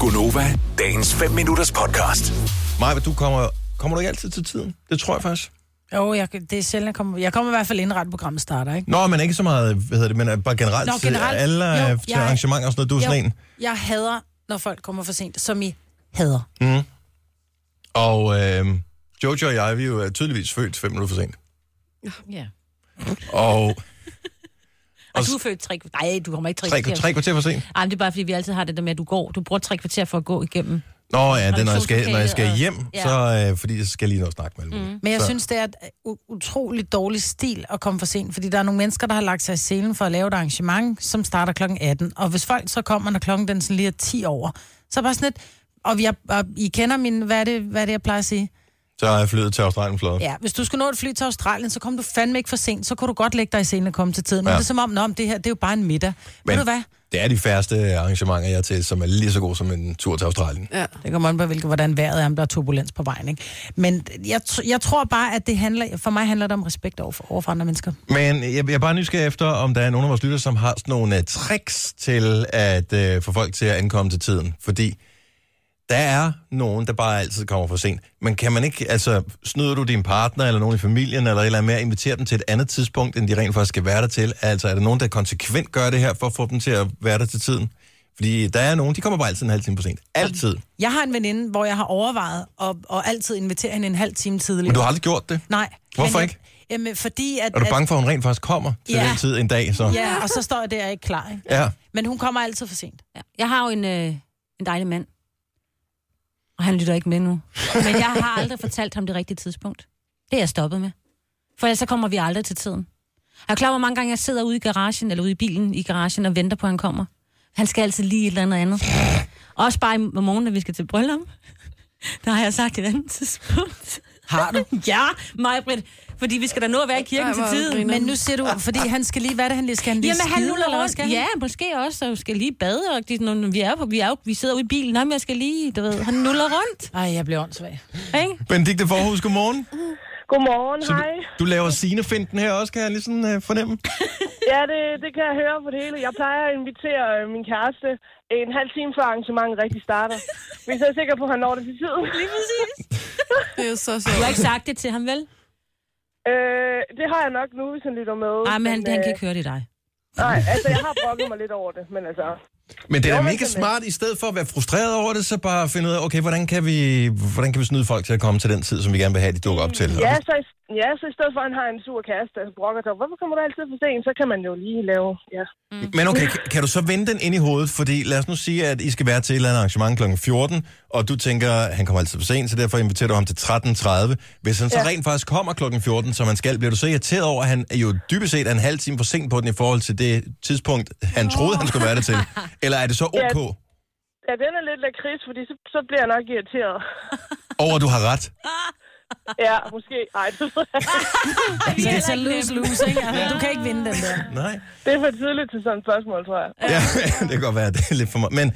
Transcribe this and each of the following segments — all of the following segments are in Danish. Gunova, dagens 5 minutters podcast. Maja, du kommer, kommer du ikke altid til tiden? Det tror jeg faktisk. Jo, jeg, det er sjældent, jeg kommer. Jeg kommer i hvert fald inden ret programmet starter, ikke? Nå, men ikke så meget, hvad hedder det, men øh, bare generelt, Nå, generelt. til alle Jo, jo, til jeg- arrangementer og sådan noget. Du er sådan en. jeg hader, når folk kommer for sent, som I hader. Og øh, Jojo og jeg, vi er jo øh, tydeligvis født fem minutter for sent. Mm. Ja. Og Og du er født tre kvarter. Nej, du kommer ikke tre, tre, tre kvarter for sent. Ej, men det er bare, fordi vi altid har det der med, at du går. Du bruger tre kvarter for at gå igennem. Nå ja, det, er, når, jeg skal, når jeg skal Redaktionslokalet hjem, og- så øh, fordi jeg skal lige nå at snakke med alle mm. Men jeg Så- så. synes, det er et u- utroligt dårlig stil at komme for sent, fordi der er nogle mennesker, der har lagt sig i selen for at lave et arrangement, som starter kl. 18. Og hvis folk så kommer, når klokken den sådan lige er 10 over, så er bare sådan lidt... Og, jeg, og I kender min... Hvad er, det, hvad er det, jeg plejer at sige? Så er jeg flyttet til Australien flot. Ja. Ja, hvis du skulle nå et fly til Australien, så kom du fandme ikke for sent. Så kunne du godt lægge dig i selen og komme til tiden. Men Ja. ja. det er som om, nå, men det her, det er jo bare en middag. Men... Ved du hvad? det er de færreste arrangementer, jeg er til, som er lige så gode som en tur til Australien. Ja. Det kommer an på, hvilket, hvordan vejret er, om der er turbulens på vejen. Ikke? Men jeg, tr- jeg tror bare, at det handler, for mig handler det om respekt over for, over for andre mennesker. Men jeg, jeg er bare nysgerrig efter, om der er nogen af vores lytter, som har sådan nogle uh, tricks til at uh, få folk til at ankomme til tiden. Fordi der er nogen, der bare altid kommer for sent. Men kan man ikke, altså, snyder du din partner eller nogen i familien eller et eller andet mere, inviterer dem til et andet tidspunkt, end de rent faktisk skal være der til? Altså, er der nogen, der konsekvent gør det her for at få dem til at være der til tiden? Fordi der er nogen, de kommer bare altid en halv time for sent. Altid. Jeg har en veninde, hvor jeg har overvejet at, og altid invitere hende en halv time tidligere. Men du har aldrig gjort det. Nej. Hvorfor men ikke? Jeg, jamen, fordi at... Er du at- bange for, at hun rent faktisk kommer til Ja. den tid en dag? Så? Ja, og så står jeg der ikke klar. Ikke? ja. Men hun kommer altid for sent. Ja. Jeg har jo en, øh, en dejlig mand. Og han lytter ikke med nu. Men jeg har aldrig fortalt ham det rigtige tidspunkt. Det er jeg stoppet med. For ellers så kommer vi aldrig til tiden. Jeg er klar, over, hvor mange gange jeg sidder ude i garagen, eller ude i bilen i garagen, og venter på, at han kommer. Han skal altid lige et eller andet andet. Også bare i morgen, når vi skal til bryllup. Der har jeg sagt et andet tidspunkt. Har du? Ja, Majbrit. Fordi vi skal da nå at være i kirken Ej, til hvor tiden. griner. Men nu siger du, fordi han skal lige... Hvad er det, han lige skal? Han lige Jamen, han skide, nuller hvad rundt. skal han? Ja, måske også, og skal lige bade, og de, når vi er på, vi, er jo, vi sidder ude i bilen, nej, men jeg skal lige, du ved, han nuller rundt, Ej, jeg bliver åndssvag. ikke? Benedikte Forhus, godmorgen. Godmorgen, Så hej. du, du laver sine finten her også, kan jeg ligesom øh, fornemme. Ja, det, det kan jeg høre på det hele. Jeg plejer at invitere øh, min kæreste en halv time før arrangementet rigtig starter. Hvis jeg er sikker på, at han når det til tiden. Det er så Du har sjovt. ikke sagt det til ham, vel? Øh, det har jeg nok nu, hvis han lytter med. Nej, men han, han kan øh, ikke høre det i dig. Nej, altså jeg har brokket mig lidt over det, men altså... Men det er da Jo, men mega sådan smart, i stedet for at være frustreret over det, så bare finde ud af, okay, hvordan kan vi, hvordan kan vi snyde folk til at komme til den tid, som vi gerne vil have, de dukker op til? Ja så, i- ja, så i stedet for, at han har en sur kæreste, der brokker sig. Hvorfor kommer du altid for sent? Så kan man jo lige lave... Ja. Men okay, kan, kan du så vende den ind i hovedet? Fordi lad os nu sige, at I skal være til et eller andet arrangement kl. 14, og du tænker, han kommer altid for sent, så derfor inviterer du ham til 13.30. Hvis han så Ja. rent faktisk kommer kl. 14, som han skal, bliver du så irriteret over, at han er jo dybest set er en halv time for sent på den i forhold til det tidspunkt, han troede, han skulle være der til? Eller er det så ok? ja, den er lidt lakrids, fordi så, så bliver jeg nok irriteret. Over, at du har ret? Ja, måske. Ej, det, ved jeg ikke. Så det er så lose, lose, ikke? Altså, Du kan ikke vinde den der. Nej. det er for tidligt til sådan et spørgsmål, tror jeg. Ja, det kan godt være, det er lidt for meget. Men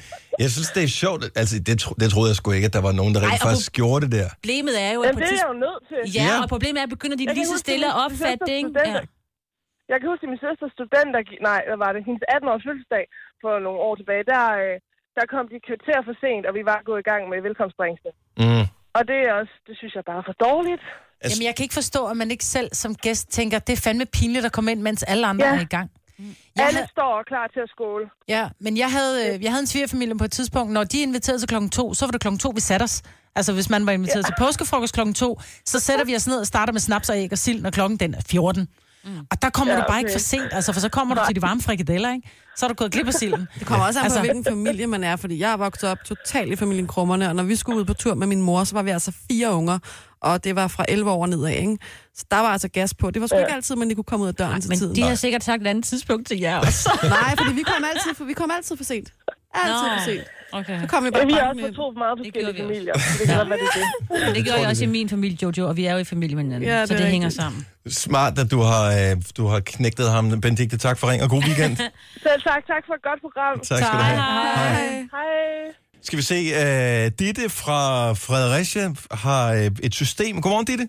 jeg synes, det er sjovt. Altså, det, tro, det troede jeg sgu ikke, at der var nogen, der Ej, rent og faktisk gjorde det der. Problemet er jo, at Jamen, på det et er jeg tidspunkt... jo nødt til. Ja, Ja. og problemet er, at begynder de Jeg kan lige så huske, stille min at opfatte det, ikke? søsters Ja. studenter- Jeg kan huske, at min søsters studenter... gik- Nej, hvad var det? Hendes 18-års fødselsdag for nogle år tilbage, der, øh, der kom de et kvarter for sent, og vi var gået i gang med velkomstbringelse. Mm. Og det er også, det synes jeg bare er for dårligt. Jamen, jeg kan ikke forstå, at man ikke selv som gæst tænker, det er fandme pinligt at komme ind, mens alle andre Ja. er i gang. Jeg Jeg Alle havde, står klar til at skåle. ja, men jeg havde, øh, jeg havde en svigerfamilie på et tidspunkt, når de inviterede til klokken to, så var det klokken to, vi satte os. Altså, hvis man var inviteret ja. til påskefrokost klokken to, så sætter vi os ned og starter med snaps og æg og sild, når klokken den er 14. Mm. Og der kommer ja, Ja, du bare ikke okay. for sent, altså, for så kommer du til de varme frikadeller, ikke? Så er du gået glip af silden. Det kommer også an på, Altså- altså... hvilken familie man er, fordi jeg er vokset op totalt i familien Krummerne, og når vi skulle ud på tur med min mor, så var vi altså fire unger, og det var fra 11 år nedad, ikke? Så der var altså gas på. Det var sgu ikke altid, man lige kunne komme ud af døren til Men tiden. de har sikkert sagt et andet tidspunkt til jer også. Nej, fordi vi kom altid for, vi kom altid for sent. Altid Nå. for sent. Okay. Så kom vi Ja, bare vi er banken også på med- to meget gjorde forskellige vi også. familier. så Det kan godt være, det er det. Det gjorde jeg også i min familie, Jojo, og vi er jo i familie med hinanden, Ja, det så er det hænger rigtigt. sammen. Smart, at du har, øh, du har knægtet ham. Benedikte, tak for ring og god weekend. tak Selv tak. Tak for et godt program. skal du have. Hej. Hej. Skal vi se, øh, Ditte fra Fredericia har øh, et system. Godmorgen, Ditte.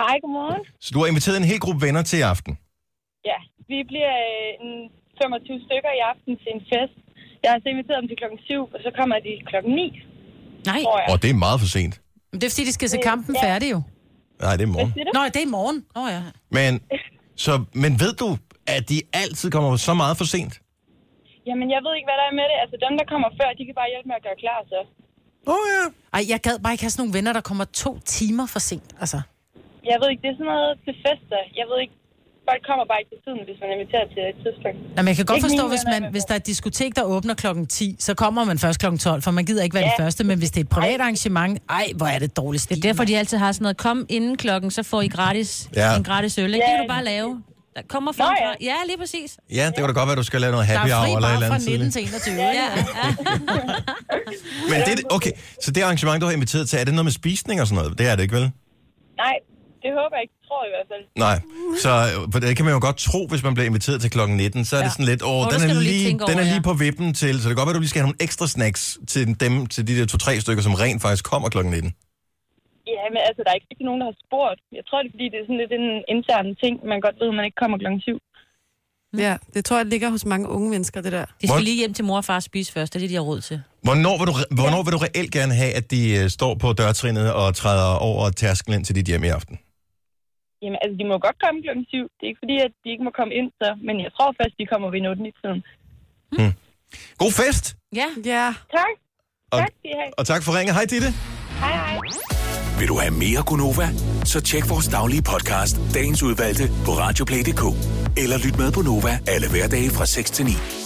Hej, godmorgen. Så du har inviteret en hel gruppe venner til i aften. øh, Ja, vi bliver en 25 stykker i aften til en fest. Jeg har så inviteret dem til klokken 7, og så kommer de klokken 9, Nej, tror jeg. Og det er meget for sent. Men det er fordi, de skal se kampen færdig jo. Nej, det er i morgen. Nå, det er i morgen. Nå ja. Men, så, men ved du, at de altid kommer så meget for sent? Jamen, jeg ved ikke, hvad der er med det. Altså, dem, der kommer før, de kan bare hjælpe med at gøre klar, så. Åh oh, ja. Ej, jeg gad bare ikke have sådan nogle venner, der kommer to timer for sent. Altså, Jeg ved ikke, det er sådan noget til fester. Jeg ved ikke, folk kommer bare ikke til tiden, hvis man inviterer til et tidspunkt. Nå, men jeg kan godt Ikke forstå, mine hvis, venner, man, men- hvis der er et diskotek, der åbner klokken 10, så kommer man først klokken 12, for man gider ikke være ja. den første. Men hvis det er et privat arrangement, ej, hvor er det dårligt stil. det er derfor, de altid har sådan noget. Kom inden klokken, så får I gratis, Ja. ja. en gratis øl. Ikke? Det Ja, kan du bare lave. Der kommer fra. Nå, ja. ja. ja, lige præcis. Ja, det kan da godt være, du skal lave noget Der happy er hour fri eller et bare eller fra andet 19 tidligt. til 21. Ja, ikke? ja. Men det, er- okay, så det arrangement, du har inviteret til, er det noget med spisning og sådan noget? Det er det ikke, vel? Nej, det håber jeg ikke. Tror jeg i hvert fald. Nej, så øh, for det kan man jo godt tro, hvis man bliver inviteret til klokken 19, så er ja. det sådan lidt, åh, der den skal er, du lige, lige lige tænke den er over, lige ja. på vippen til, så det kan godt være, du lige skal have nogle ekstra snacks til dem, til de der to-tre stykker, som rent faktisk kommer klokken 19. Ja, men altså, der er ikke rigtig nogen, der har spurgt. Jeg tror, det er, fordi det er sådan lidt en intern ting. Man godt ved, at man ikke kommer klokken 7. Ja, det tror jeg ligger hos mange unge mennesker, det der. De Hvor- skal lige hjem til mor og far og spise først, det er det, de har råd til. Hvornår vil du, re- hvornår vil du reelt gerne have, at de øh, står på dørtrinnet og træder over tærsklen ind til dit hjem i aften? Jamen, altså, de må godt komme klokken 7. Det er ikke fordi, at de ikke må komme ind, så. Men jeg tror først, de kommer ved 8 i tiden. God fest, Ja, Ja, Tak. Og- Tak, skal I have. og tak for ringet. Hej, Ditte. Hej, hej. Vil du have mere Gunova? Så tjek vores daglige podcast, dagens udvalgte, på radioplay.dk. Eller lyt med på Nova alle hverdage fra 6 til 9.